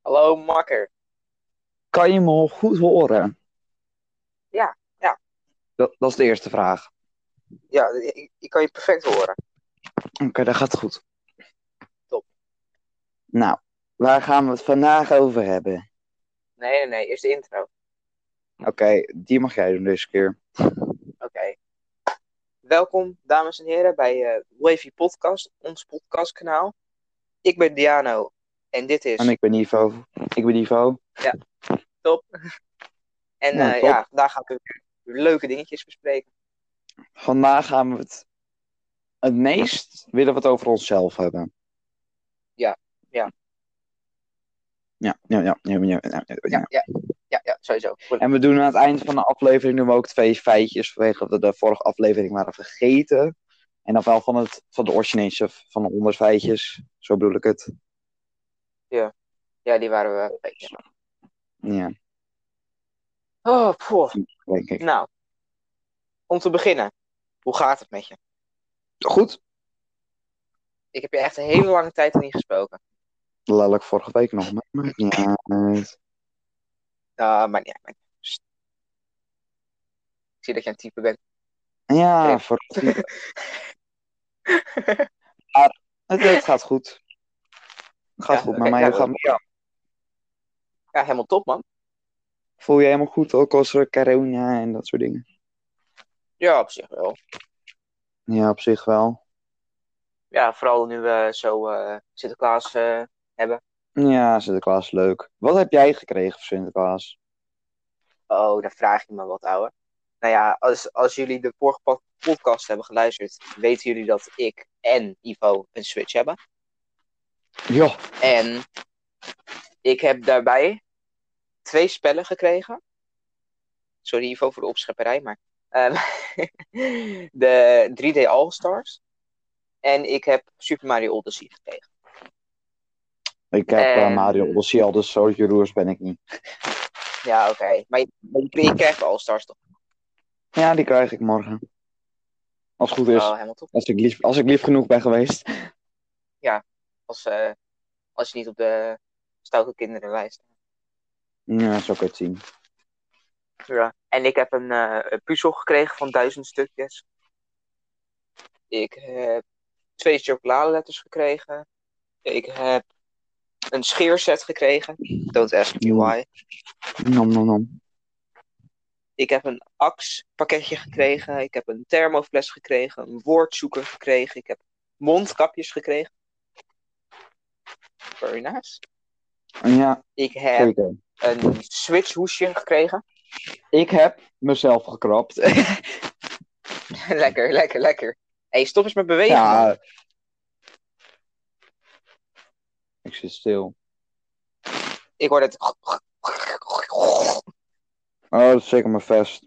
Hallo, makker. Kan je me goed horen? Ja, ja. Dat, dat is de eerste vraag. Ja, ik, ik kan je perfect horen. Oké, dat gaat goed. Top. Nou, waar gaan we het vandaag over hebben? Nee, nee, nee. Eerst de intro. Oké, die mag jij doen deze keer. Oké. Welkom, dames en heren, bij eh, Wavy Podcast, ons podcastkanaal. Ik ben Diano en dit is... En ik ben Ivo. Ik ben Ivo. en, Ja, eh, top. ja, vandaag gaan we weer leuke dingetjes bespreken. Vandaag gaan we het het meest willen we het over onszelf hebben. Ja, ja. Ja, ja, ja, ja, ja, ja, ja, ja. Ja, ja, ja, ja sowieso. En we doen aan het eind van de aflevering doen we ook twee feitjes vanwege dat we de vorige aflevering waren vergeten. En dan wel van, het, van de originele, van de honderd feitjes. Zo bedoel ik het. Ja, die waren we een beetje... Ja, Oh, poeh. denk ik. Nou, om te beginnen. Hoe gaat het met je? Goed. Ik heb je echt een hele lange tijd niet gesproken. Lelijk vorige week nog. maar maakt niet uit. Nou, maar ja, maar... Sst. Ik zie dat je een type bent. Ja, Nee. voor... maar het, het gaat goed. Het gaat Ja, goed oké, met mij. ja, Hoe gaat- ja. Ja, helemaal top, man. Voel je helemaal goed ook als er corona en dat soort dingen? Ja, op zich wel. Ja, op zich wel. Ja, vooral nu we zo eh, Sinterklaas. eh, Ja, Sinterklaas is leuk. Wat heb jij gekregen voor Sinterklaas? oh, daar vraag je me wat, ouwe. Nou ja, als, als jullie de vorige pod- podcast hebben geluisterd, weten jullie dat ik en Ivo een Switch hebben. Ja. En ik heb daarbij twee spellen gekregen. Sorry Ivo voor de opschepperij, maar. ehm, de 3D All-Stars. En ik heb Super Mario Odyssey gekregen. Ik heb eh, En- Mario Odyssey al, dus zo jaloers ben ik niet. Ja, oké. Maar je, maar je- je krijgt de All-Stars toch? Ja, die krijg ik morgen. Als het goed is. Oh, helemaal top. Als ik lief, als ik lief genoeg ben geweest. Als, eh, als je niet op de stoute kinderenlijst staat. Ja, zo kan je het zien. Ja. En ik heb een, eh, een puzzel gekregen van duizend stukjes. Ik heb twee chocoladeletters gekregen. Ik heb een scheerset gekregen. Don't ask me why. Nom, nom, nom. Ik heb een ax pakketje gekregen. Ik heb een thermofles gekregen. Een woordzoeker gekregen. Ik heb mondkapjes gekregen. Very nice. Ja, Ik heb zeker. een Switch hoesje gekregen. Ik heb mezelf gekrapt. lekker, lekker, lekker. Hé, hey, stop eens met bewegen. man. ja. Ik zit stil. Ik hoor het. Oh, dat is zeker mijn vest.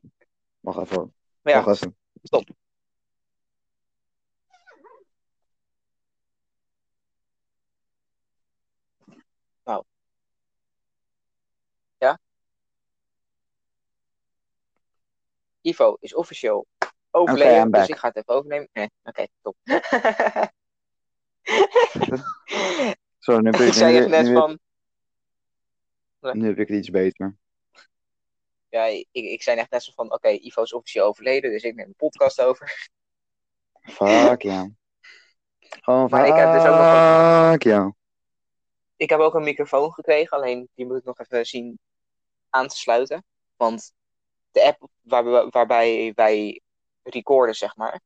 Wacht even. Maar ja, Wacht even. stop. Nou. Ja? Ivo is officieel overleden, I'm dus back. ik ga het even overnemen. Nee, oké, top. Zo, nu heb ik, ik zei nu- echt net nu- van, nu heb ik het iets beter. Ja, ik, ik zei echt net zo van, oké, Ivo is officieel overleden, dus ik neem een podcast over. Fuck ja. Gewoon Maar fuck ik heb dus ook nog ja. Ik heb ook een microfoon gekregen, alleen die moet ik nog even zien aan te sluiten. Want de app waar, we- waarbij wij recorden, zeg maar,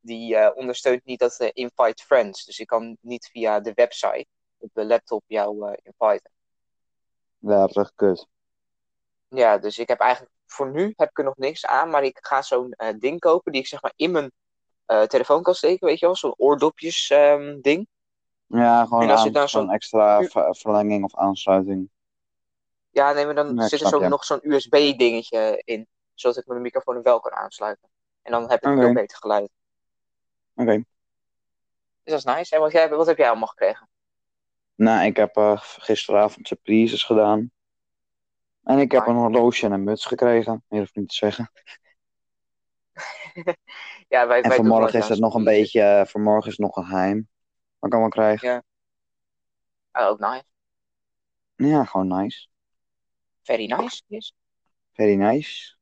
die eh, ondersteunt niet dat eh, invite friends. Dus ik kan niet via de website op de laptop jou eh inviten. Ja, dat is echt kut. Ja, dus ik heb eigenlijk, voor nu heb ik er nog niks aan, maar ik ga zo'n eh, ding kopen die ik zeg maar in mijn eh, telefoon kan steken, weet je wel, zo'n oordopjes ehm, ding. Ja, gewoon En als je aan- daar gewoon zo'n- extra ver- verlenging of aansluiting. Ja, nee, maar dan Nee, ik zit er snap zo je. nog zo'n USB-dingetje in. Zodat ik mijn microfoon er wel kan aansluiten. En dan heb ik Oké. veel beter geluid. Oké. Dus dat is nice. En wat, jij, wat heb jij allemaal gekregen? Nou, ik heb eh, gisteravond surprises gedaan. En ik heb Nice. een horloge en een muts gekregen, meer of niet te zeggen. Ja, wij, En wij doen vanmorgen nooit is aan het nog een surprises. beetje, eh, vanmorgen is het nog een geheim. Wat ik allemaal krijg. Ja. Oh, ook nice. Ja, gewoon nice. Very nice. Yes. Very nice.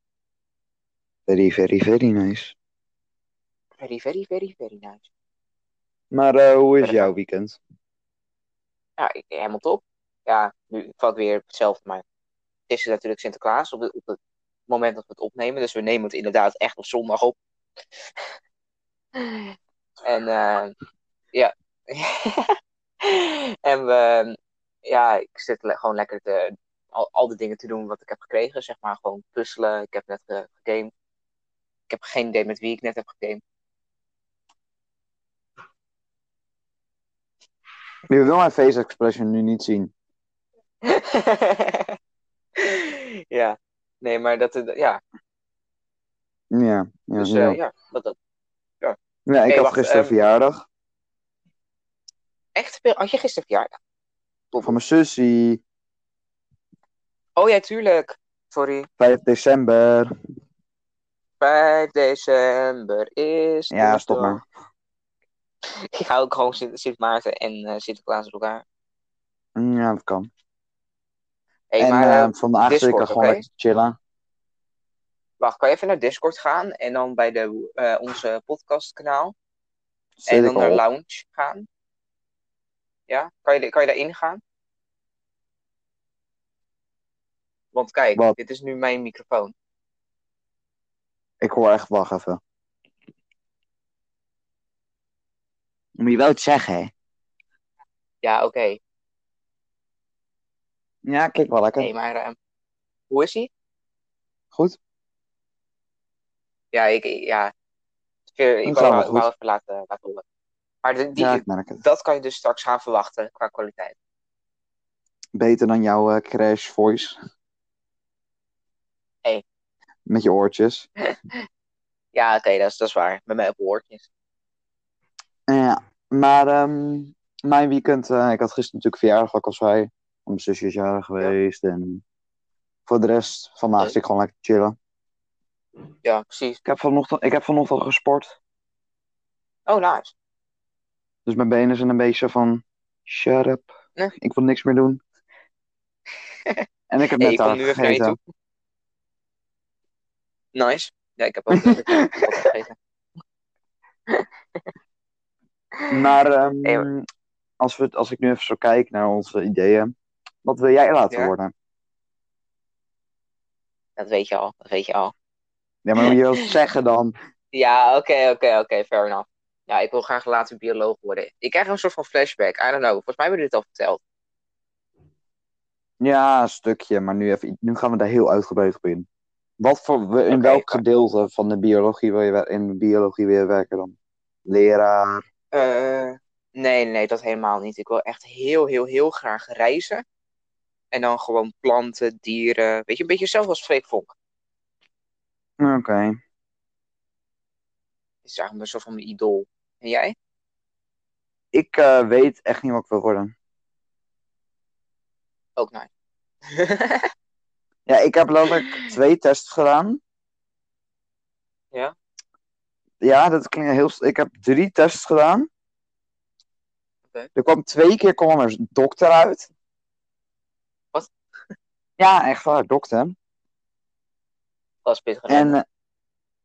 Very, very, very nice. Very, very, very, very nice. Maar eh, hoe is jouw weekend? Ja, ik- helemaal top. Ja, nu valt weer hetzelfde, maar het is natuurlijk Sinterklaas op, het- op het moment dat we het opnemen. Dus we nemen het inderdaad echt op zondag op. En eh, ja. en we, ja, ik zit le- gewoon lekker te, al, al de dingen te doen wat ik heb gekregen. Zeg maar gewoon puzzelen. Ik heb net eh, gegamed. Ik heb geen idee met wie ik net heb gegamed. Je wil mijn face expression nu niet zien. ja, nee, maar dat, eh, ja. Ja, ja, Dus ja. eh, ja, dat, dat. Ja, ik oké, had wacht, gisteren ehm, verjaardag Echt, had je gisteren verjaardag? van mijn zusje. Oh ja, tuurlijk. Sorry. 5 december. 5 december is. Ja, stop dinsdag. maar. Ik hou ook gewoon Sint, Sint Maarten en eh, Sinterklaas door elkaar. Mm, Ja, dat kan. Hey, en maar eh, eh, vandaag zit ik Discord, er gewoon oké? lekker te chillen. wacht, kan je even naar Discord gaan en dan bij de, eh, onze podcastkanaal Zit en ik dan naar al op. Lounge gaan? Ja, kan je, kan je daarin gaan? Want kijk, Wat? dit is nu mijn microfoon. Ik hoor echt, wacht even. Moet je wel het zeggen, hè? Ja, oké. Ja, kijk wel lekker. Hey, maar eh, hoe is hij? Goed. Ja, ik, ik- ja. Ik, ik gaat wou, wel wou goed. even laten, laten horen. Maar de- die, Ja, ik merk het. dat kan je dus straks gaan verwachten qua kwaliteit. Beter dan jouw eh, crash voice. Hey. Met je oortjes. Ja, oké, dat, is, dat is waar. Met mij op woordjes. Eh, Ja, maar ehm, mijn weekend... eh, ik had gisteren natuurlijk verjaardag, wat ik al zei. Want Mijn zusje is jarig geweest. En voor de rest, vandaag Leuk. zit ik gewoon lekker te chillen. Ja, precies. Ik heb vanochtend, ik heb vanochtend gesport. Oh, nice. Dus mijn benen zijn een beetje van... Shut up. Nee. Ik wil niks meer doen. en ik heb Hey, net ik kom taart nu even naar je gegeten. toe. Nice. Ja, ik heb ook ik heb ook wat gegeten. Maar ehm, Hey, als, we, als ik nu even zo kijk naar onze ideeën, wat wil jij laten Ja? worden? Dat weet je al, dat weet je al. Ja, maar je wilt zeggen dan. Ja, oké, oké, oké, fair enough. Ja, ik wil graag later bioloog worden. Ik krijg een soort van flashback. I don't know. Volgens mij hebben we dit al verteld. Ja, een stukje, maar nu, even, nu gaan we daar heel uitgebreid op in. Wat voor, in Oké, welk oké. gedeelte van de biologie wil je, wer- in de biologie wil je werken dan? Leraar. Eh, nee, nee, dat helemaal niet. Ik wil echt heel, heel, heel graag reizen. En dan gewoon planten, dieren. Weet je, een beetje zelf als Freek Vonk. Oké. Dat is eigenlijk een soort van mijn idool. En jij? Ik eh, weet echt niet wat ik wil worden. Ook nice. Ja, ik heb letterlijk twee tests gedaan. Ja? Ja, dat klinkt heel... st- Ik heb drie tests gedaan. Oké. Er kwam twee keer kwam er dokter uit. Wat? Ja, echt waar, dokter. Dat is pittig. En, eh,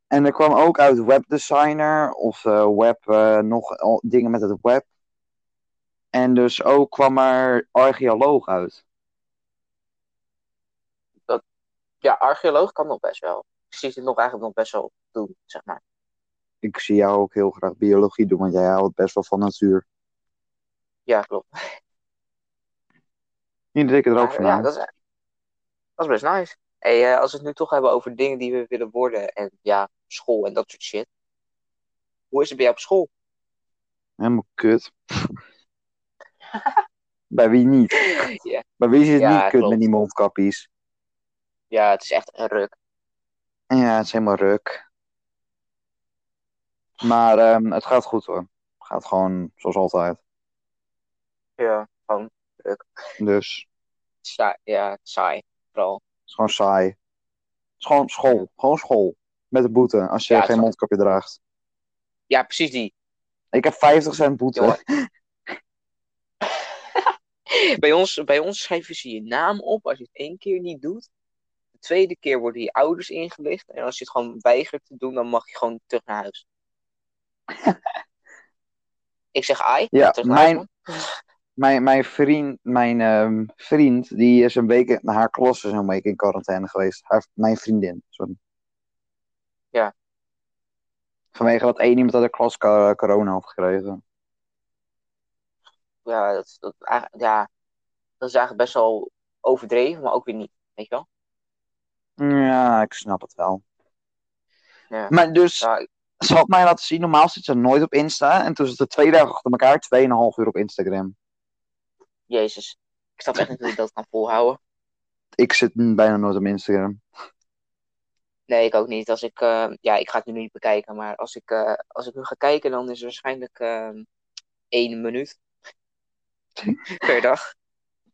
en er kwam ook uit webdesigner of eh, web, eh, nog al dingen met het web. En dus ook kwam er archeoloog uit. Ja, archeoloog kan nog best wel. Ik zie het nog eigenlijk nog best wel doen, zeg maar. Ik zie jou ook heel graag biologie doen, want jij houdt best wel van natuur. Ja, klopt. Niet dat ik er ook Maar, van ja, hou. dat is, e- dat is best nice. Hey, eh, als we het nu toch hebben over dingen die we willen worden en ja, school en dat soort shit. Hoe is het bij jou op school? Helemaal kut. Bij wie niet? Ja, Bij wie is het Ja, niet kut klopt. met die mondkapjes? ja, het is echt een ruk. En Ja, het is helemaal ruk. Maar ehm, het gaat goed hoor. Het gaat gewoon zoals altijd. Ja, gewoon Dus saai. Ja, saai. Vooral. Het is gewoon saai. Het is gewoon school. Gewoon school. Met een boete als je Ja, het geen is- mondkapje draagt. Ja, precies die. Ik heb 50 cent boete. Jongen. Bij ons, bij ons schrijven ze je naam op als je het één keer niet doet. De tweede keer worden je ouders ingelicht. En als je het gewoon weigert te doen, dan mag je gewoon terug naar huis. ik zeg ai, Ja, terug naar huis, mijn- Mijn, mijn vriend, mijn, ehm, vriend, die is een week, in- haar klas is een week in quarantaine geweest. Haar, mijn vriendin, sorry. Ja. Vanwege dat één iemand uit de klas co- corona had gekregen. man. Ja dat, dat, eigenlijk- ja, dat is eigenlijk best wel overdreven, maar ook weer niet. Weet je wel? Ja, ik snap het wel. Ja. Maar dus, Ja, ik- ze had mij laten zien, normaal zit ze nooit op Insta. En toen zat ze twee dagen achter elkaar, 2,5 uur op Instagram. jezus. Ik snap echt niet hoe ik dat kan volhouden. Ik zit n- bijna nooit op Instagram. Nee, ik ook niet. Als ik, eh, ja, ik ga het nu niet bekijken, maar als ik, eh, als ik nu ga kijken, dan is er waarschijnlijk eh, één minuut per dag.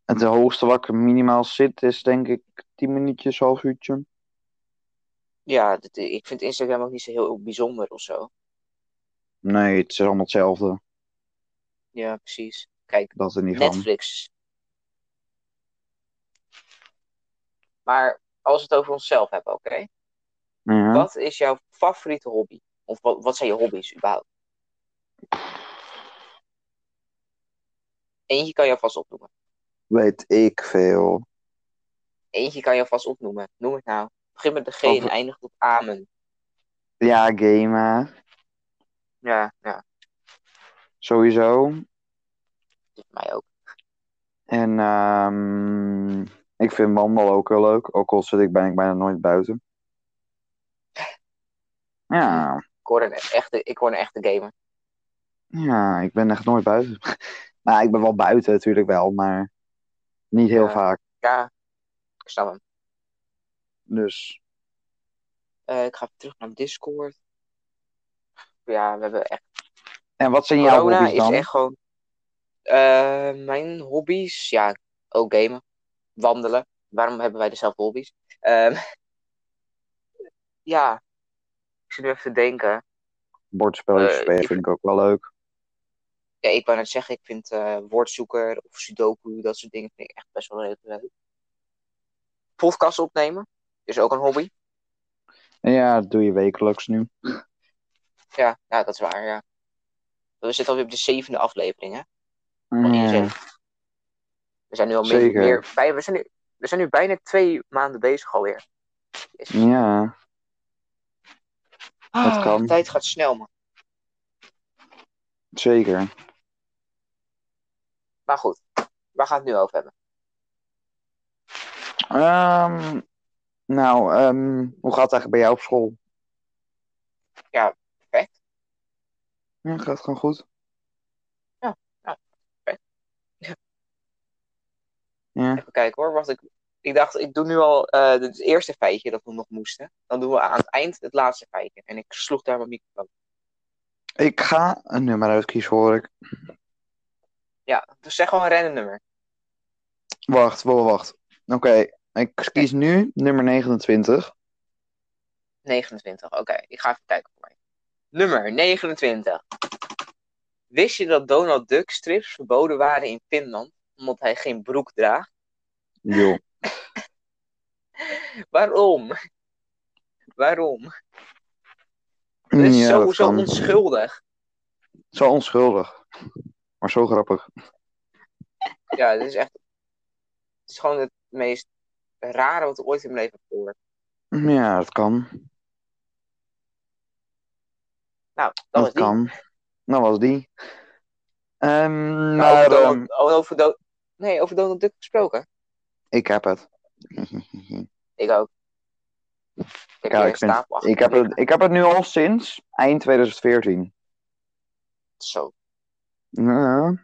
Het hoogste wat ik minimaal zit is denk ik 10 minuutjes, half uurtje. Ja, dat- eh, ik vind Instagram ook niet zo heel bijzonder of zo. Nee, het is allemaal hetzelfde. Ja, precies. Kijk, Dat is er niet van. Netflix. Maar als we het over onszelf hebben, oké? Ja. Wat is jouw favoriete hobby? Of wat, wat zijn je hobby's überhaupt? Eentje kan je vast opnoemen. Weet ik veel. Eentje kan je vast opnoemen. Noem het nou. Begin met de G en Over- eindigt op amen. Ja, gamen. Ja, ja, Sowieso. dat is mij ook. En ehm, ik vind wandelen ook heel leuk. Ook al zit ik, ben ik bijna nooit buiten. Ja, Ik hoor een echte, ik hoor een echte gamer. ja, ik ben echt nooit buiten. Maar ik ben wel buiten natuurlijk wel, maar niet heel Ja. vaak. Ja, ik snap hem. Dus Eh, ik ga even terug naar Discord. Ja, we hebben echt. en wat zijn jouw Corona hobby's is dan? echt gewoon. Eh, mijn hobby's, ja, ook gamen. Wandelen. Waarom hebben wij dezelfde hobby's? Ehm, ja, ik zit nu even te denken. Bordspelletjes Eh, spelen ik- vind ik ook wel leuk. Ja, ik wou net zeggen, ik vind eh, woordzoeker of sudoku, dat soort dingen vind ik echt best wel heel leuk. Podcast opnemen is ook een hobby. En ja, dat doe je wekelijks nu. Ja, ja, dat is waar, ja. We zitten alweer op de zevende aflevering, hè? Van Ja. ISN. We zijn nu al meer, Zeker. meer bij, we, zijn nu, we zijn nu bijna twee maanden bezig alweer. Ja, Ah, Dat kan. De tijd gaat snel, man. zeker. Maar goed, waar gaan we het nu over hebben? Ehm, nou, ehm, hoe gaat het eigenlijk bij jou op school? Ja, perfect. Ja, gaat gewoon goed. Ja, ja, perfect. Ja. Ja, Even kijken hoor, wacht. Ik, ik dacht, ik doe nu al eh, het eerste feitje dat we nog moesten. Dan doen we aan het eind het laatste feitje. En ik sloeg daar mijn microfoon. ik ga een nummer uitkiezen, hoor ik. Ja, dus zeg gewoon een random nummer. Wacht, wacht, wacht. Oké, ik kies nu nummer 29. 29, oké. Ik ga even kijken voor mij. Nummer 29. Wist je dat Donald Duck strips verboden waren in Finland? Omdat hij geen broek draagt? Joh. Waarom? Waarom? Dat is Mm, Ja, zo, dat zo kan. onschuldig. Zo onschuldig. Maar zo grappig. Ja, dit is echt. Het is gewoon het meest rare wat ik ooit in mijn leven heb gehoord. Ja, dat kan. Nou, dat Dat, was die. kan. Nou was die. Maar Ehm, maar over Donald, ehm, oh, over Do- nee, over Donald Duck gesproken. ik heb het. Ik ook. Ik heb Ja, hier ik, een vind- stapel achter ik, heb me liggen. het, ik heb het nu al sinds eind 2014. Zo, Nou,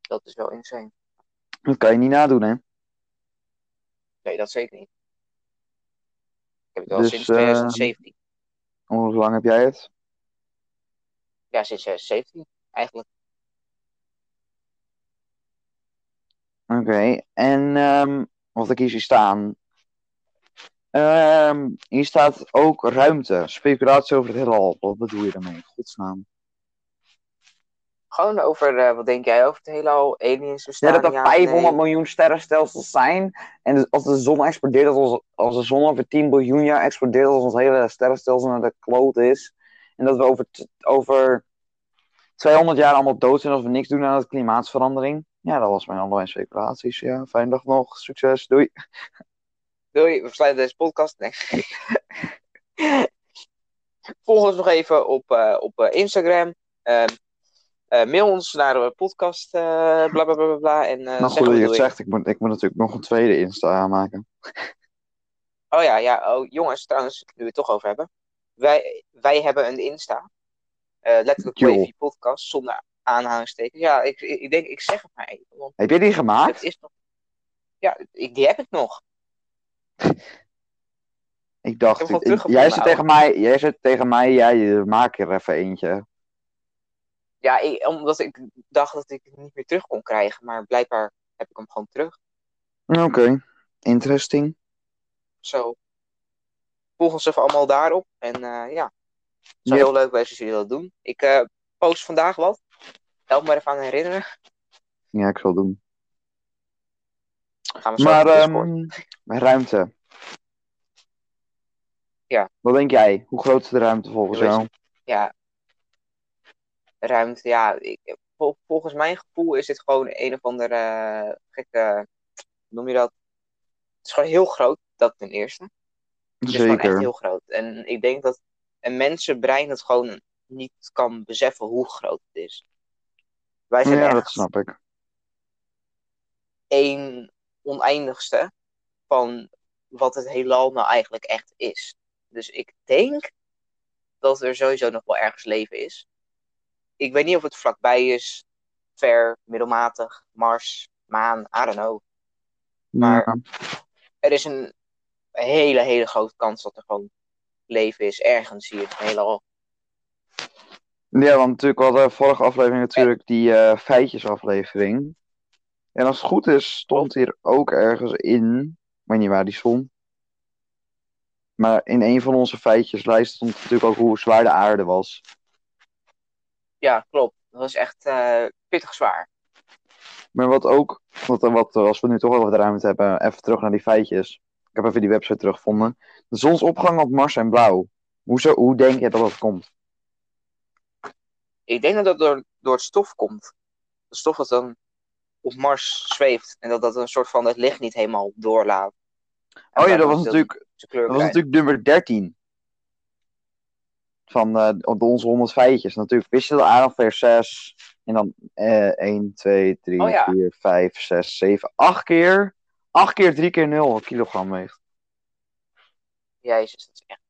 dat is wel insane. dat kan je niet nadoen, hè? Nee, dat zeker niet. Ik heb het wel Dus, sinds eh, 2017. Hoe lang heb jij het? Ja, sinds 2017 eigenlijk. Oké, en ehm wat ik hier zie staan. Ehm, hier staat ook ruimte. Speculatie over het heelal. Wat bedoel je daarmee? Godsnaam. Gewoon over, eh, wat denk jij over het hele al aliens Ja, bestaan? dat er ja, 500 nee. miljoen sterrenstelsels zijn. En dus als de zon explodeert, dat ons, als de zon over 10 biljoen jaar explodeert, dat ons hele sterrenstelsel naar de kloot is. En dat we over, t- over 200 jaar allemaal dood zijn als we niks doen aan de klimaatsverandering. Ja, dat was mijn andere speculaties. Ja, fijne dag nog. Succes. Doei. Doei, we sluiten deze podcast. Nee. Volg ons nog even op, eh, op eh, Instagram. Ehm, eh, mail ons naar de podcast. eh bla bla bla bla. bla en, eh, nou, zeg goed dat je wat het doe ik. zegt. Ik moet, ik moet natuurlijk nog een tweede Insta aanmaken. Oh ja, ja. Oh, jongens, trouwens, nu we het toch over hebben. Wij, wij hebben een Insta. Eh letterlijk Joh. Wavy Podcast, zonder aanhalingstekens. Ja, ik, ik, ik denk, ik zeg het maar even. Want Heb je die gemaakt? het is nog... Ja, ik, die heb ik nog. Ik Ik heb dacht, hem ik- gewoon jij, teruggevonden, zei tegen mij, jij zei tegen mij, ja, je maakt er even eentje. Ja, ik- omdat ik dacht dat ik het niet meer terug kon krijgen. Maar blijkbaar heb ik hem gewoon terug. Oké, interesting. Zo. Volg ons even allemaal daarop. En eh, ja, het zou Yep. heel leuk wezen als jullie dat doen. Ik eh, post vandaag wat. Help me ervan herinneren. Ja, ik zal het doen. Dan gaan we zo Maar op Discord. ehm ruimte. Ja. Wat denk jij? Hoe groot is de ruimte volgens Hoe is jou? ja, ruimte. Ja, ik, vol- volgens mijn gevoel is dit gewoon een of andere eh, gekke. hoe noem je dat? Het is gewoon heel groot, dat ten eerste. Het is gewoon echt Zeker. heel groot. En ik denk dat een mensenbrein het gewoon niet kan beseffen hoe groot het is. Wij zijn Ja, echt dat snap ik. één oneindigste van wat het heelal nou eigenlijk echt is. Dus ik denk dat er sowieso nog wel ergens leven is. Ik weet niet of het vlakbij is, ver, middelmatig, Mars, maan, I don't know. Maar- Ja. Er is een hele, hele grote kans dat er gewoon leven is ergens hier in het heelal. Ja, want natuurlijk we hadden vorige aflevering natuurlijk die eh, feitjesaflevering. En als het goed is, stond hier ook ergens in, ik weet niet waar die stond. Maar in een van onze feitjeslijsten stond natuurlijk ook hoe zwaar de aarde was. Ja, klopt. Dat was echt eh, pittig zwaar. Maar wat ook, wat, wat, als we nu toch over de ruimte hebben, even terug naar die feitjes. Ik heb even die website teruggevonden. De zonsopgang op Mars zijn blauw. Hoezo, hoe denk je dat dat komt? Ik denk dat dat door, door het stof komt. De stof dat dan op Mars zweeft en dat dat een soort van het licht niet helemaal doorlaat. En Oh ja, dat daardoor was de- natuurlijk, de kleur dat was krijgt. natuurlijk nummer 13. Van eh, op de onze 100 feitjes. Natuurlijk wist je dat aan ongeveer 6. En dan eh 1, 2, 3, Oh ja. 4, 5, 6, 7, 8 keer. 8 keer 3 keer 0 kilogram weegt. Jezus, dat is echt.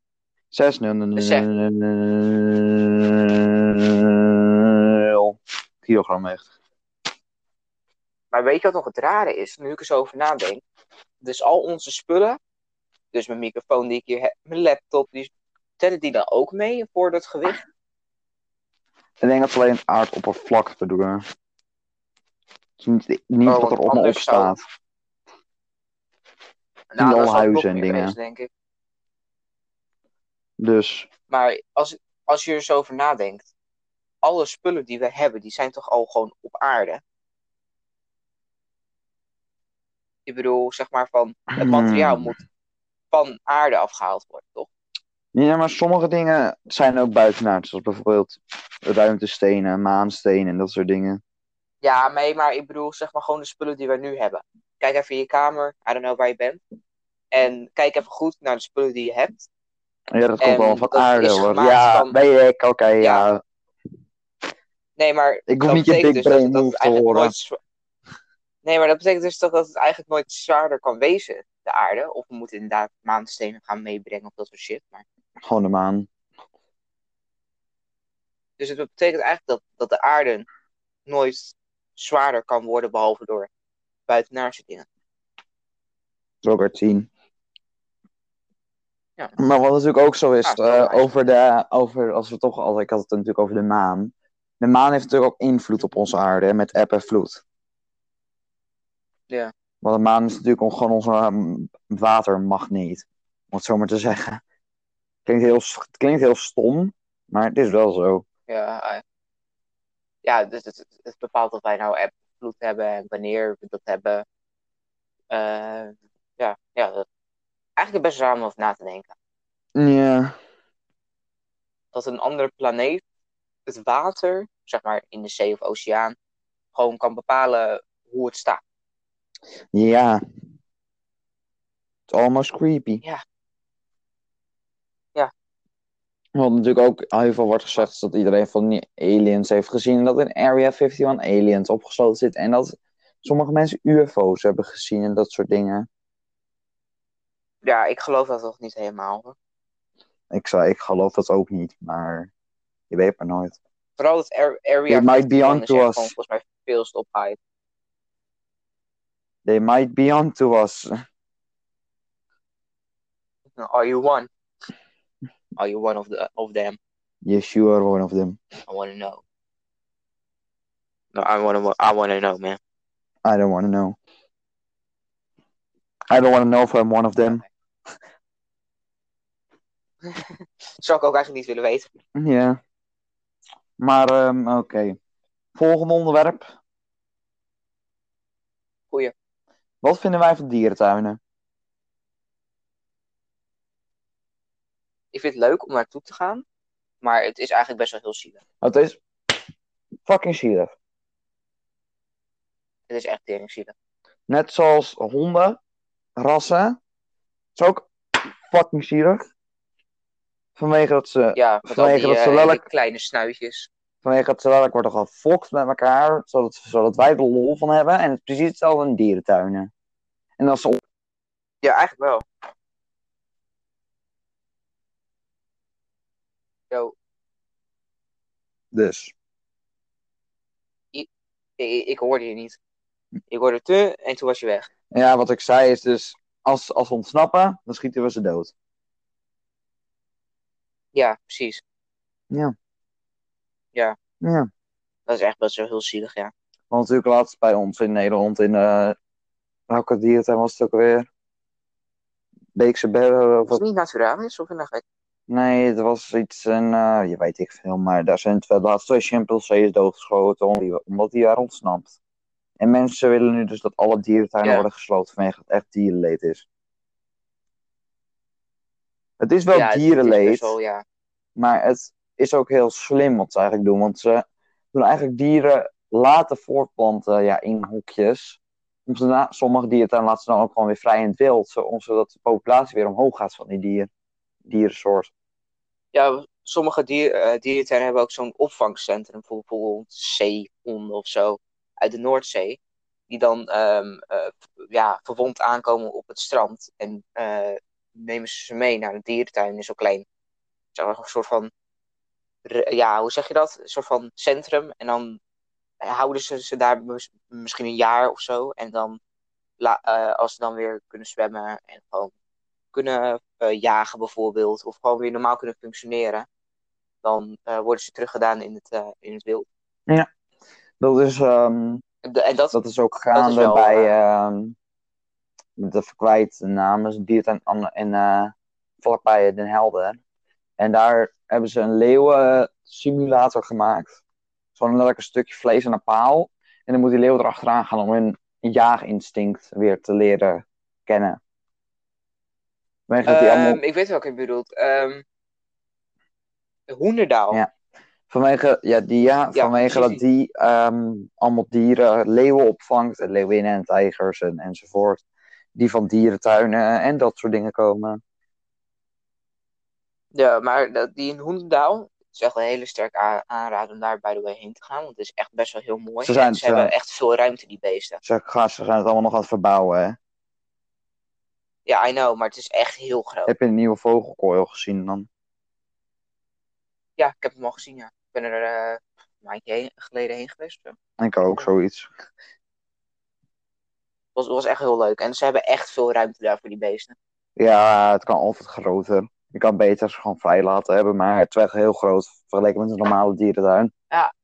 6, Besef. 0 kilogram weegt. Maar weet je wat nog het rare is? Nu ik er zo over nadenk. Dus al onze spullen. Dus mijn microfoon die ik hier heb. Mijn laptop. Die, tellen die dan ook mee voor dat gewicht? Ik denk dat ze alleen het aardoppervlak bedoelen. Dus niet, niet Oh, wat want er op me op anders zou- staat. al Nou, dat zou het huizen nog en meer dingen. wezen, denk ik. Dus Maar als, als je er zo over nadenkt. Alle spullen die we hebben. Die zijn toch al gewoon op aarde. Ik bedoel, zeg maar van. Het materiaal Hmm. moet van aarde afgehaald worden, toch? ja, maar sommige dingen zijn ook buitenaards. Zoals bijvoorbeeld ruimtestenen, maanstenen en dat soort dingen. Ja, nee, maar ik bedoel, zeg maar gewoon de spullen die wij nu hebben. Kijk even in je kamer, I don't know waar je bent. En kijk even goed naar de spullen die je hebt. Ja, dat komt En wel van dat aarde is hoor. gemaakt Ja, van- weet ik, oké, ja. Nee, maar Ik hoef dat niet je betekent dus big dat- brain dat, move het te eigenlijk horen. nooit... zwa- Nee, maar dat betekent dus toch dat het eigenlijk nooit zwaarder kan wezen, de aarde. Of we moeten inderdaad maanstenen gaan meebrengen of dat soort shit. Maar... Gewoon de maan. Dus het betekent eigenlijk dat, dat de aarde nooit zwaarder kan worden, behalve door buitenaardse dingen. Zo kan je het zien. Ja. Maar wat natuurlijk ook zo is, Ah, dat is eh, nice. over de, over, als we toch al, ik had het natuurlijk over de maan. De maan heeft natuurlijk ook invloed op onze aarde, hè, met eb en vloed. Ja. Want de maan is natuurlijk gewoon onze eh, watermagneet, om het zo maar te zeggen. Klinkt heel, s- klinkt heel stom, maar het is wel zo. Ja, ah, ja. eh, ja, dus het, het bepaalt of wij nou app invloed hebben en wanneer we dat hebben. Eh, ja, ja dat, eigenlijk best raar om over na te denken. Ja. Dat een andere planeet het water, zeg maar in de zee of oceaan, gewoon kan bepalen hoe het staat. Ja. Het is almost creepy. Ja. Ja. Wat natuurlijk ook heel veel wordt gezegd is dat iedereen van die aliens heeft gezien. En dat in Area 51 aliens opgesloten zit. En dat sommige mensen UFO's hebben gezien en dat soort dingen. Ja, ik geloof dat toch niet helemaal. hoor. Ik, zou, ik geloof dat ook niet, maar je weet maar nooit. Vooral het Ar- Area It might be 51 on is to echt us. gewoon volgens mij veel te ophyped. They might be onto us. Are you one? Are you one of, the, of them? Yes, you are one of them. I want to know. No, I want to. I want to know, man. I don't want to know. I don't want to know if I'm one of them. Zou ik ook eigenlijk niet willen weten. Ja. Maar, ehm, oké. Volgende onderwerp. Goeie. Wat vinden wij van dierentuinen? Ik vind het leuk om naartoe te gaan, maar het is eigenlijk best wel heel zielig. Het is fucking zielig. Het is echt tering zielig. Net zoals honden, rassen. Het is ook fucking zielig. Vanwege dat ze, Ja, met al Vanwege die, dat eh, ze die lelijk- kleine snuitjes. vanwege dat ze dadelijk worden gefokt met elkaar. Zodat, zodat wij er lol van hebben. En het is precies hetzelfde in dierentuinen. En als ze Ja, eigenlijk wel. Dus. Ik, ik hoorde je niet. Ik hoorde te en toen was je weg. Ja, wat ik zei is dus, als, als ze ontsnappen, dan schieten we ze dood. Ja, precies. Ja. Dat is echt best wel heel zielig, ja. Want natuurlijk laatst bij ons in Nederland, in eh welke dierentuin was het ook alweer? Beekse Bergen of Als wat? het niet naturaal is, of een Nee, het was iets, een, eh, je weet ik veel, maar daar zijn twee, laatst twee chimpansees doodgeschoten omdat die- omdat die daar ontsnapt. En mensen willen nu dus dat alle dierentuinen Ja. worden gesloten vanwege dat het echt dierenleed is. Het is wel ja, het- het is best dierenleed. wel, ja. Maar het is ook heel slim wat ze eigenlijk doen. Want ze doen eigenlijk dieren laten voortplanten ja, in hokjes. Om ze na, sommige dieren laten ze dan ook gewoon weer vrij in het wild. zo- om- Zodat de populatie weer omhoog gaat van die dier, dierensoort. Ja, sommige dier, eh, dierentuinen hebben ook zo'n opvangcentrum voor bijvoorbeeld zeehonden of zo uit de Noordzee. Die dan ehm, eh, ja, verwond aankomen op het strand en eh, nemen ze ze mee naar een dierentuin in zo'n klein, zeg maar, een soort van, re- ja, hoe zeg je dat? Een soort van centrum. En dan houden ze ze daar mis- misschien een jaar of zo. En dan, la- eh, als ze dan weer kunnen zwemmen en gewoon kunnen eh, jagen bijvoorbeeld, of gewoon weer normaal kunnen functioneren, dan eh, worden ze teruggedaan in het, eh, in het wild. Dat is, ehm, En de- en dat, dat is ook is gaande wel, bij. eh, ehm de verkwijt de naam is een dierentuin an- in, eh, vlakbij Den Helder. En daar hebben ze een leeuwensimulator gemaakt. Zo'n lekker stukje vlees aan een paal. En dan moet die leeuw erachteraan gaan om hun jaaginstinct weer te leren kennen. Vanwege dat die allemaal Ehm, ik weet welke je bedoelt. Ehm Hoenderdaal. Ja. Vanwege, ja, die, ja, vanwege dat precies die ehm, allemaal dieren, leeuwen opvangt, en leeuwinnen en tijgers en, enzovoort. Die van dierentuinen en dat soort dingen komen. Ja, maar dat, die in Hoenderdaal het is echt een hele sterk a- aanrader om daar by the way heen te gaan, want het is echt best wel heel mooi. Ze zijn- En ze ze- hebben echt veel ruimte, die beesten. Ze gaan, ze gaan het allemaal nog aan het verbouwen. Hè? Ja, I know, maar het is echt heel groot. Heb je een nieuwe vogelkooi al gezien dan? Ja, ik heb hem al gezien, ja. Ik ben er eh, een maandje heen- geleden heen geweest. Het Ik ook zoiets. was, was echt heel leuk. En ze hebben echt veel ruimte daar voor die beesten. Ja, het kan altijd groter. Je kan beter ze gewoon vrij laten hebben, maar het is echt heel groot vergeleken met een normale dierentuin. Ja,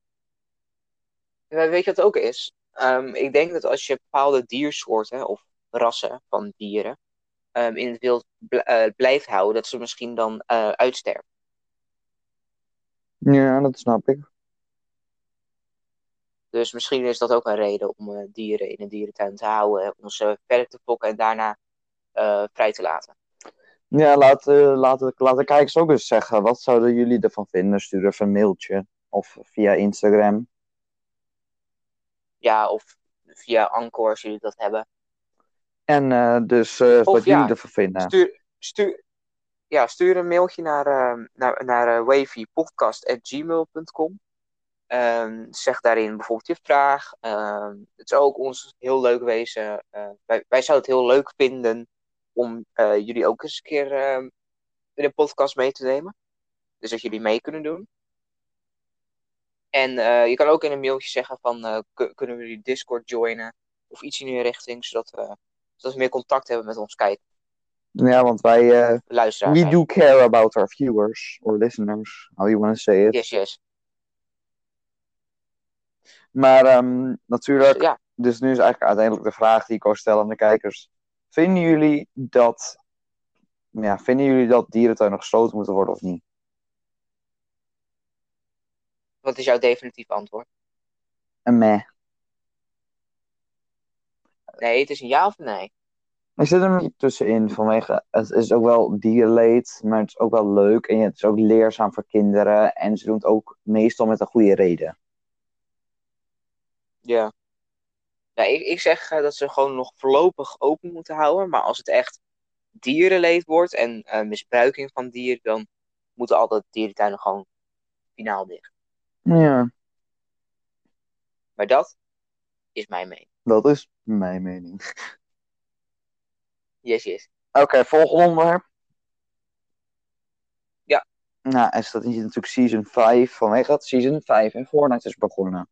Weet je wat het ook is? Ehm, ik denk dat als je bepaalde diersoorten of rassen van dieren ehm, in het wild bl- eh, blijft houden, dat ze misschien dan eh, uitsterven. Ja, dat snap ik. Dus misschien is dat ook een reden om eh, dieren in een dierentuin te houden. Om ze verder te fokken en daarna eh, vrij te laten. Ja, laat, eh, laat, de- laat de kijkers ook eens zeggen. Wat zouden jullie ervan vinden? Stuur even een mailtje. Of via Instagram. Ja, of via Anchor als jullie dat hebben. En eh, dus eh, Of wat ja, jullie ervan vinden. Stuur, stuur, ja, stuur een mailtje naar, eh naar, naar eh, wavypodcast.gmail.com. Ehm, zeg daarin bijvoorbeeld je vraag. Ehm, het zou ook ons heel leuk wezen. eh, wij, wij zouden het heel leuk vinden om eh, jullie ook eens een keer ehm, in een podcast mee te nemen. Dus dat jullie mee kunnen doen. En eh, je kan ook in een mailtje zeggen van eh, ku- kunnen we jullie Discord joinen of iets in die richting, zodat we, zodat we meer contact hebben met ons kijken, Ja, want wij. eh, luisteraars. we do care about our viewers. Or listeners. How you want to say it. Yes, yes. Maar ehm, natuurlijk. Ja, Dus nu is eigenlijk uiteindelijk de vraag die ik wou stellen aan de kijkers. Vinden jullie dat. Ja, vinden jullie dat dierentuinen gesloten moeten worden of niet? wat is jouw definitief antwoord? En meh. Nee, het is een ja of een nee. Ik zit er een beetje tussenin vanwege het is ook wel dierleed, maar het is ook wel leuk en het is ook leerzaam voor kinderen en ze doen het ook meestal met een goede reden. Ja. Nee, ik, ik zeg eh, dat ze gewoon nog voorlopig open moeten houden. Maar als het echt dierenleed wordt en eh, misbruiking van dieren, dan moeten al dat dierentuinen gewoon finaal dicht. Ja, Maar dat is mijn mening. dat is mijn mening. Yes, yes. Oké, volgende onderwerp. Ja. Nou, is dat is natuurlijk season 5 vanwege dat season 5 en Fortnite is begonnen.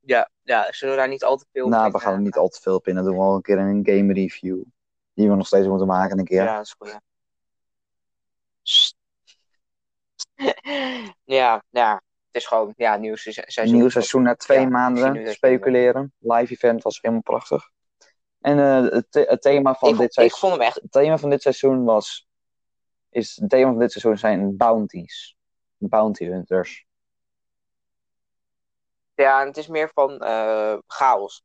Ja, ja, zullen we daar niet al te veel nou, in, we gaan er eh, niet al te veel op in. Dan doen we al een keer een game review. Die we nog steeds moeten maken een keer. Ja, dat is goed. Ja. Sst. ja, ja, het is gewoon ja, nieuw seizoen. Een nieuw seizoen na twee Ja, misschien nu maanden dat je- speculeren. Live event was helemaal prachtig. En eh, het, the- het thema van Ik, dit ik seizoen, vond hem echt. het thema van dit seizoen was is het thema van dit seizoen zijn bounties, bounty hunters. Ja, het is meer van eh, chaos.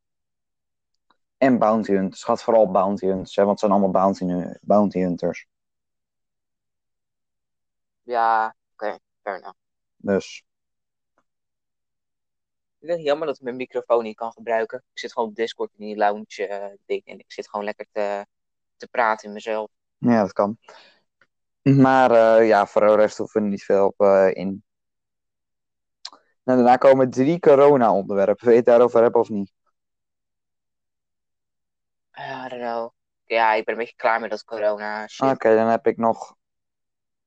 En bounty hunters, het gaat vooral bounty hunters, hè, want het zijn allemaal bounty, nu- bounty hunters. Ja, oké, fair enough. Dus Ik vind het jammer dat ik mijn microfoon niet kan gebruiken. Ik zit gewoon op Discord in die lounge eh, ding en ik zit gewoon lekker te, te praten in mezelf. ja, dat kan. Maar eh, ja, voor de rest hoeven we er niet veel op eh, in. Nou, daarna komen drie corona-onderwerpen. Wil je het daarover hebben of niet? Ah, I don't know. Ja, ik ben een beetje klaar met dat corona shit. Oké, dan heb ik nog.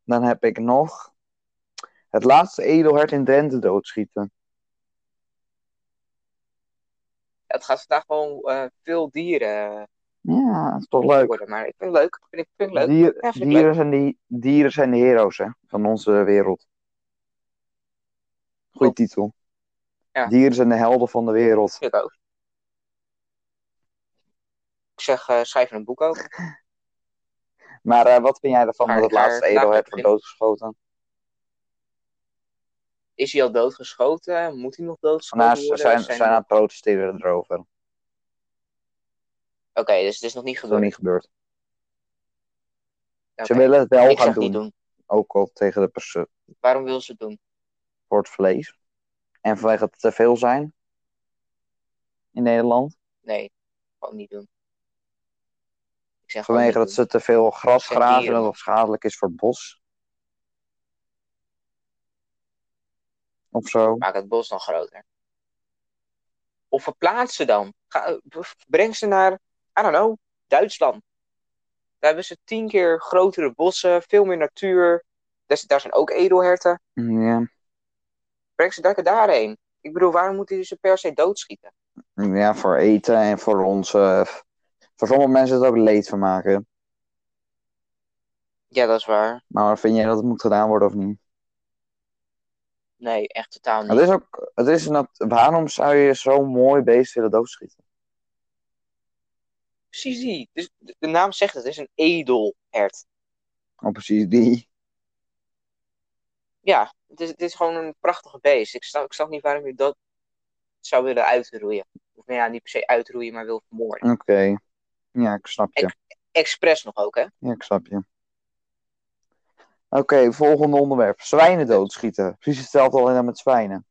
Dan heb ik nog. Het laatste edelhert in Drenthe doodschieten. Het gaat vandaag gewoon eh, veel dieren eh, Ja, dat is toch leuk. worden, maar ik vind het leuk. Ik vind, ik vind het leuk. Dier- Ja, vind ik dieren, zijn die, dieren zijn de heroes hè, van onze wereld. Goeie Klopt. titel. Ja. Dieren zijn de helden van de wereld. Vind ik ook. Ik zeg, eh, schrijf er een boek over. Maar eh, wat vind jij ervan Ga dat het ik daar laatste later edelhert wordt beginnen? doodgeschoten? Is hij al doodgeschoten? Moet hij nog doodgeschoten Nou, ze worden? zijn, Zijn zijn aan er- het protesteren erover. Dat Oké, dus het is nog niet is nog gebeurd. niet gebeurd. Oké. Ze willen het wel ik gaan zeg doen. niet doen. Ook al tegen de persoon Waarom wil ze het doen? voor het vlees. En vanwege het te veel zijn. In Nederland. Nee, gewoon niet doen. Ik zeg gewoon Vanwege niet dat doen. ze te veel gras Zijn graven en dieren. dat het schadelijk is voor het bos. Of zo. Maak het bos dan groter. Of verplaats ze dan. Ga, breng ze naar, I don't know, Duitsland. Daar hebben ze tien keer grotere bossen, veel meer natuur. Daar, daar zijn ook edelherten. Ja, Breng ze lekker daarheen. Ik bedoel, waarom moeten ze per se doodschieten? ja voor eten en voor ons. eh, voor sommige mensen het ook leed van maken. Ja, dat is waar. Maar vind jij dat het moet gedaan worden of niet? Nee, echt totaal niet. Het is ook. Het is nat- waarom zou je zo'n mooi beest willen doodschieten? Precies die. Dus de, de naam zegt het, het is een edelhert. Oh, precies die. Ja, het is, het is gewoon een prachtige beest. Ik snap, ik snap niet waarom je dat zou willen uitroeien. Of nou ja, niet per se uitroeien, maar wil vermoorden. Oké. Ja, ik snap je. Expres nog ook, hè? Ja, ik snap je. Oké, volgende onderwerp. Zwijnen doodschieten. Precies hetzelfde alleen dan met zwijnen.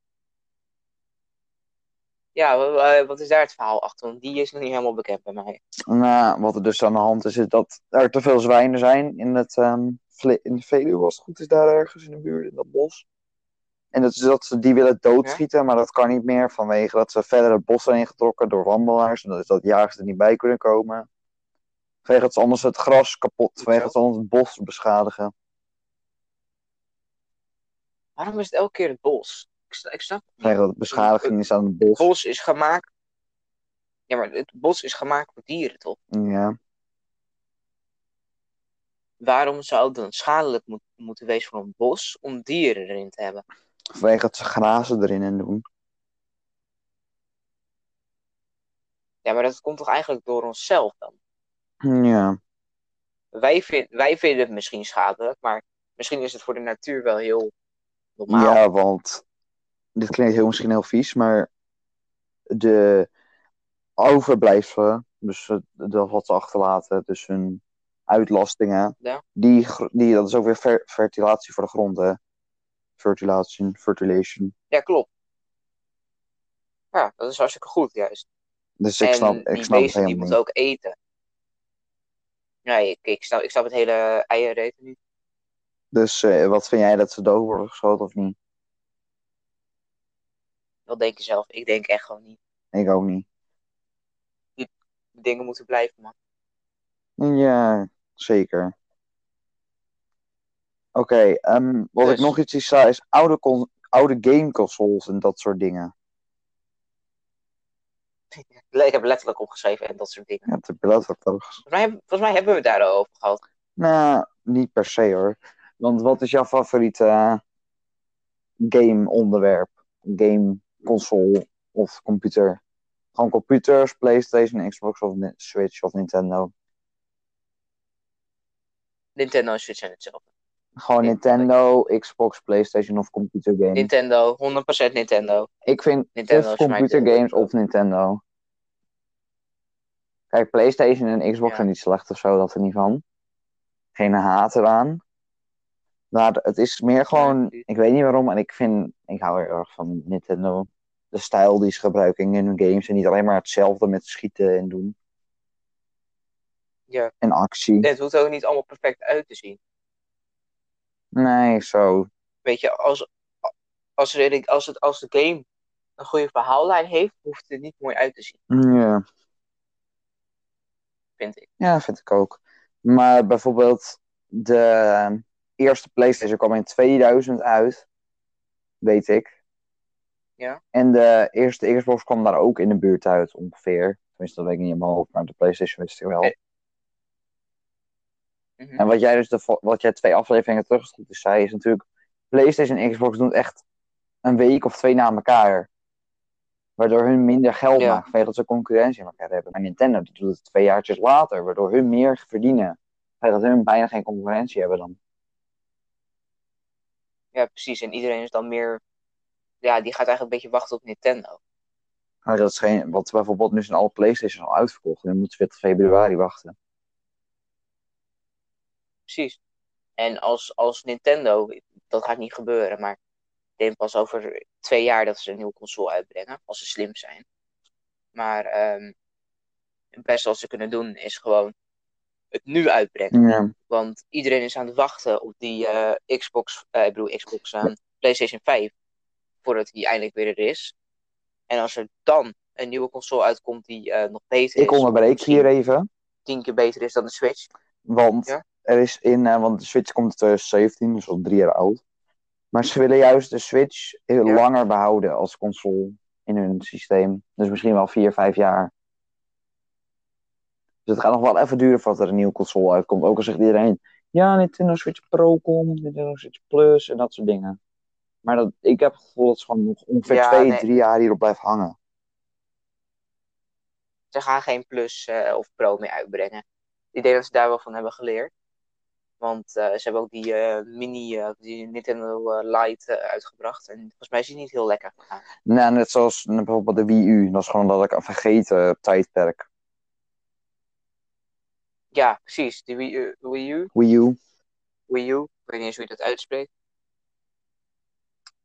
Ja, wa- eh, wat is daar het verhaal achter? Want die is nog niet helemaal bekend bij mij. Nou, wat er dus aan de hand is, is dat er te veel zwijnen zijn in het ehm, Vle- in de Veluwe, als het goed is, daar ergens in de buurt, in dat bos. En dat is dat ze die willen doodschieten, maar dat kan niet meer vanwege dat ze verder het bos zijn ingetrokken door wandelaars. En dat is dat jagers er niet bij kunnen komen. Vanwege dat ze anders het gras kapot, vanwege dat ze anders het bos beschadigen. Waarom is het elke keer het bos? Ik, sna- ik snap het niet. Vanwege dat het beschadiging is aan het bos. Het bos is gemaakt. Ja, maar het bos is gemaakt voor dieren, toch? Ja, Waarom zou het dan schadelijk moet- moeten wezen voor een bos om dieren erin te hebben? vanwege dat ze grazen erin en doen. Ja, maar dat komt toch eigenlijk door onszelf dan? Ja, Wij, vind, wij vinden het misschien schadelijk, maar misschien is het voor de natuur wel heel normaal. ja want dit klinkt heel, misschien heel vies, maar de overblijfselen, dus het- dat wat ze achterlaten, dus hun uitlastingen, Ja. die, gr- die, dat is ook weer ver- fertilatie voor de grond, hè? Fertilation, fertilation. Ja, klopt. Ja, dat is hartstikke goed, juist. Dus ik en snap, ik die snap het beesten die helemaal moeten niet. ook eten. Nee, ik, ik, snap, ik snap het hele eiereten niet. Dus eh, wat vind jij dat ze dood worden geschoten of niet? Dat denk je zelf. Ik denk echt gewoon niet. Ik ook niet. Die dingen moeten blijven, man. Ja, zeker. Oké, ehm, wat ik Dus- nog iets zie staan is oude, con- oude gameconsoles en dat soort dingen. Ik heb letterlijk opgeschreven en dat soort dingen. Ja, dat heb je letterlijk wel gezegd. Volgens mij, hebben- volgens mij hebben we het daar al over gehad. Nou, niet per se hoor. Want wat is jouw favoriete eh, game-onderwerp? Game, console of computer? Gewoon computers, PlayStation, Xbox of Ni- Switch of Nintendo. Nintendo en Switch zijn hetzelfde. Gewoon Ik- Nintendo, Xbox, PlayStation of computergame. Nintendo, 100% Nintendo. Ik vind Nintendo of is voor mij de- computergames of Nintendo. Kijk, PlayStation en Xbox Ja. zijn niet slecht of zo, dat er niet van. Geen haat eraan. Maar het is meer gewoon, precies. ik weet niet waarom, en ik vind, ik hou heel erg van Nintendo. De stijl die ze gebruiken in hun games en niet alleen maar hetzelfde met schieten en doen. Ja. En actie. En het hoeft ook niet allemaal perfect uit te zien. Nee, zo. Weet je, als, als, er, als, het, als de game een goede verhaallijn heeft, hoeft het er niet mooi uit te zien, Ja. vind ik. Ja, vind ik ook. Maar bijvoorbeeld de ehm, eerste PlayStation kwam in 2000 uit, weet ik. Ja. En de eerste Xbox kwam daar ook in de buurt uit, ongeveer. Tenminste, dat weet ik niet in mijn hoofd, maar de PlayStation wist ik wel. Eh. Mhm. En wat jij dus de, vo- wat jij twee afleveringen terug dus zei, is natuurlijk... PlayStation en Xbox doen het echt een week of twee na elkaar. Waardoor hun minder geld Ja. maken, vanwege dat ze concurrentie in elkaar hebben. Maar Nintendo die doet het twee jaartjes later, waardoor hun meer verdienen. Vanwege dat hun bijna geen concurrentie hebben dan. Ja, precies. En iedereen is dan meer. Ja, die gaat eigenlijk een beetje wachten op Nintendo. Maar dat is geen, wat bijvoorbeeld nu zijn alle PlayStation al uitverkocht. En dan moeten ze weer tot februari wachten. Precies. En als, als Nintendo, dat gaat niet gebeuren, maar ik denk pas over twee jaar dat ze een nieuwe console uitbrengen, als ze slim zijn. Maar ehm, het beste wat ze kunnen doen is gewoon het nu uitbrengen. Ja. Want iedereen is aan het wachten op die eh, Xbox, eh, ik bedoel Xbox, eh, PlayStation 5, voordat die eindelijk weer er is. En als er dan een nieuwe console uitkomt die eh, nog beter Ik is, onderbreek misschien hier even. tien keer beter is dan de Switch. Want Ja? er is in, eh, want de Switch komt in 2017, dus al drie jaar oud. Maar ze willen juist de Switch heel Ja. langer behouden als console in hun systeem. Dus misschien wel vier, vijf jaar. Dus het gaat nog wel even duren voordat er een nieuwe console uitkomt. Ook al zegt iedereen, ja, Nintendo Switch Pro komt, Nintendo Switch Plus en dat soort dingen. Maar dat, ik heb het gevoel dat ze gewoon nog ongeveer Ja, twee, nee. drie jaar hierop blijven hangen. Ze gaan geen Plus eh, of Pro meer uitbrengen. Ik denk dat ze daar wel van hebben geleerd. Want eh, ze hebben ook die eh, mini, eh, die Nintendo eh, Lite eh, uitgebracht. En volgens mij is die niet heel lekker gegaan. Nou, net zoals bijvoorbeeld de Wii U. Dat is gewoon dat ik een vergeten tijdperk. Ja, precies. Die Wii, eh, Wii U. Wii U. Wii U. Ik weet niet eens hoe je dat uitspreekt.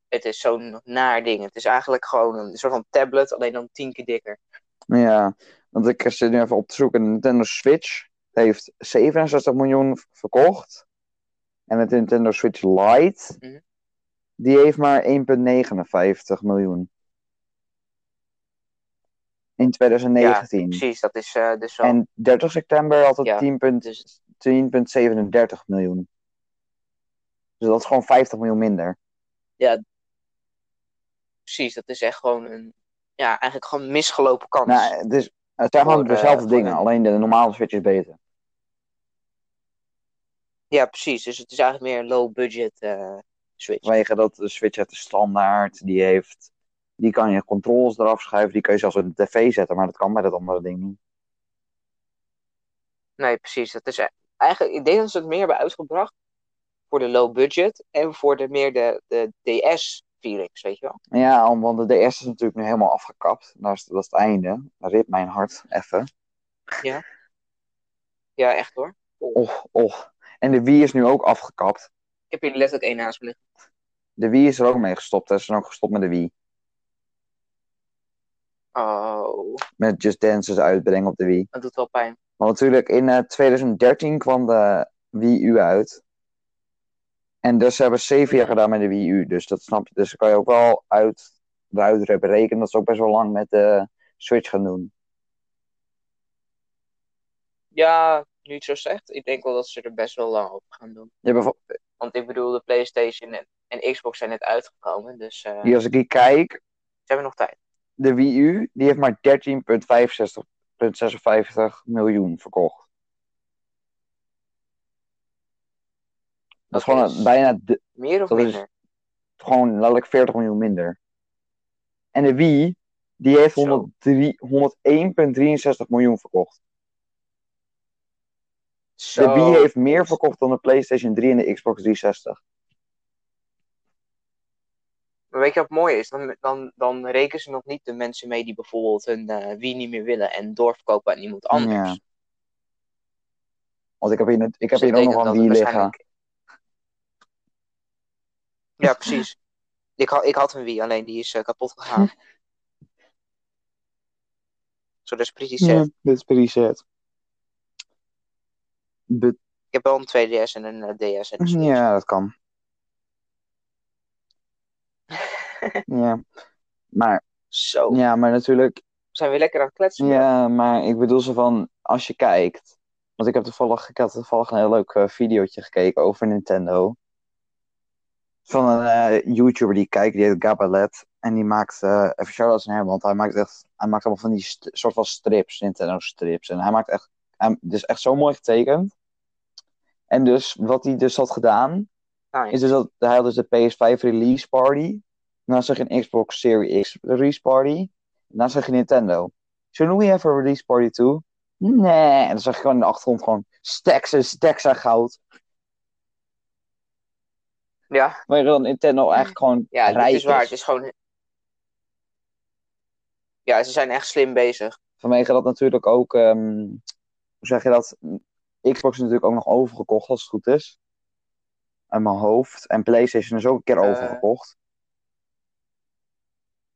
Het is zo'n naar ding. Het is eigenlijk gewoon een soort van tablet, alleen dan tien keer dikker. Nou Ja, want ik zit nu even op te zoeken. De Nintendo Switch heeft 67 miljoen v- verkocht. En de Nintendo Switch Lite, Mhm. die heeft maar 1,59 miljoen. In 2019. Precies, dat is eh, dus zo. en 30 september had het Ja, 10,37 dus- 10,37 miljoen. Dus dat is gewoon 50 miljoen minder. Precies, dat is echt gewoon een... Ja, eigenlijk gewoon misgelopen kans. Nou, het, is, het zijn gewoon Voor, eh, dezelfde voor dingen, een- alleen de normale Switch is beter. Ja, precies. Dus het is eigenlijk meer een low-budget eh, Switch. Vanwege dat de Switch heeft de standaard, die heeft... Die kan je controls eraf schuiven, die kan je zelfs op de tv zetten, maar dat kan bij dat andere ding niet. Nee, precies. Dat is e- eigenlijk, ik denk dat ze het meer hebben uitgebracht voor de low budget en voor de meer de, de DS-feelings, weet je wel. Maar Ja, om- want de DS is natuurlijk nu helemaal afgekapt. Dat is, dat is het einde. Dat ript mijn hart, even. Ja, echt hoor. Och, och. En de Wii is nu ook afgekapt. Ik heb hier letterlijk één naast me liggen. De Wii is er ook mee gestopt. Ze zijn ook gestopt met de Wii. Oh, Met Just Dance's uitbrengen op de Wii. dat doet wel pijn. Want natuurlijk, in eh, 2013 kwam de Wii U uit. En dus ze hebben zeven jaar gedaan met de Wii U. Dus dat snap je. Dus kan je ook wel uit, eruit rekenen dat ze ook best wel lang met de Switch gaan doen. Ja, niet zo slecht. Ik denk wel dat ze er best wel lang op gaan doen. Je hebt bijvo- Want ik bedoel, de PlayStation en, en Xbox zijn net uitgekomen, dus eh, hier als ik hier kijk, ze hebben nog tijd. de Wii U, die heeft maar 13,56 miljoen verkocht. Dat is Dat gewoon is een- bijna, de- Meer of Dat is- minder? gewoon letterlijk 40 miljoen minder. En de Wii, die heeft Zo. 103 101,63 miljoen verkocht. Zo. De Wii heeft meer verkocht dan de PlayStation 3 en de Xbox 360. Maar weet je wat mooi is? Dan, dan, dan rekenen ze nog niet de mensen mee die bijvoorbeeld hun eh Wii niet meer willen en doorverkopen aan iemand anders. Ja. Want ik heb hier, net- ik heb Dus hier dat ook nog een betekent Wii dat het liggen. waarschijnlijk- Ja, precies. Ik, ha- ik had een Wii, alleen die is eh, kapot gegaan. Zo, dat is precies Ja, set. dit is preset. But- Ik heb wel een 2DS en een eh, DS en een Switch. ja, dat kan. ja. Maar, Zo, ja, maar natuurlijk, we zijn weer lekker aan het kletsen. Ja, maar ik bedoel zo van, als je kijkt. Want ik heb toevallig, ik had toevallig een heel leuk eh, videootje gekeken over Nintendo. Van een eh, YouTuber die ik kijk, die heet Gabalet. En die maakt, eh even shout-outs naar hem, want hij maakt echt, hij maakt allemaal van die st- soort van strips, Nintendo strips. En hij maakt echt, hij, het is echt zo mooi getekend. En dus, wat hij dus had gedaan, Nice. is dus dat hij had dus de PS5 release party. Daarna zag je een Xbox Series X release party. Daarna zag je Nintendo. Shouldn't we have a release party too? Nee. En dan zag je gewoon in de achtergrond gewoon stacks en stacks aan goud. Ja, Maar dan Nintendo eigenlijk gewoon ja dat rijk is waar. Dus- is. Het is gewoon... Ja, ze zijn echt slim bezig. Vanwege dat natuurlijk ook, ehm, hoe zeg je dat? Xbox is natuurlijk ook nog overgekocht als het goed is. Aan mijn hoofd. En PlayStation is ook een keer Eh. overgekocht.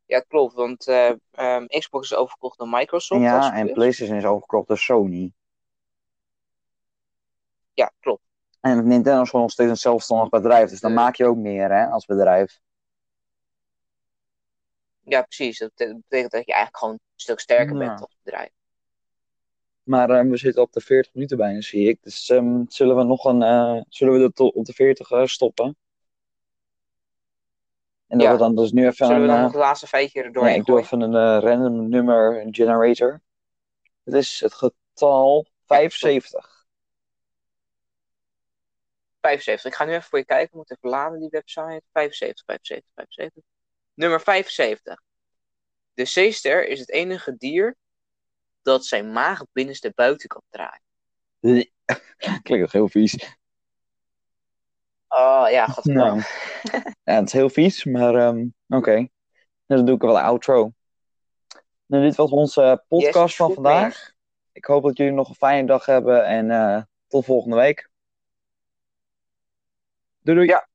Ja, klopt, want eh, ehm, Xbox is overkocht door Microsoft. dat is ja, een en plus. PlayStation is overgekocht door Sony. Ja, klopt. En Nintendo is gewoon nog steeds een zelfstandig bedrijf. Dus dan Eh. maak je ook meer hè, als bedrijf. Ja, precies. Dat bete- betekent dat je eigenlijk gewoon een stuk sterker Ja. bent als bedrijf. Maar eh, we zitten op de 40 minuten bijna, zie ik. Dus ehm, zullen we nog een. eh, zullen we dat to- op de 40 eh, stoppen? En dat Ja. we dan dus nu even Zullen we een. dan eh, nog het laatste feitje er ja, doorheen ik doe gooien? even een eh, random nummer generator. Het is het getal 75. 75. Ik ga nu even voor je kijken. Ik moet even laden die website. 75, 75, 75. Nummer 75. De zeester is het enige dier dat zijn maag binnenste buiten kan draaien. Klinkt toch heel vies. Oh ja, godverdomme. Nou. ja, het is heel vies, maar ehm, oké. Dus dan doe ik wel een outro. Nou, dit was onze podcast Yes, van goed, vandaag. Ik hoop dat jullie nog een fijne dag hebben en eh, tot volgende week. Doei doei. Ja.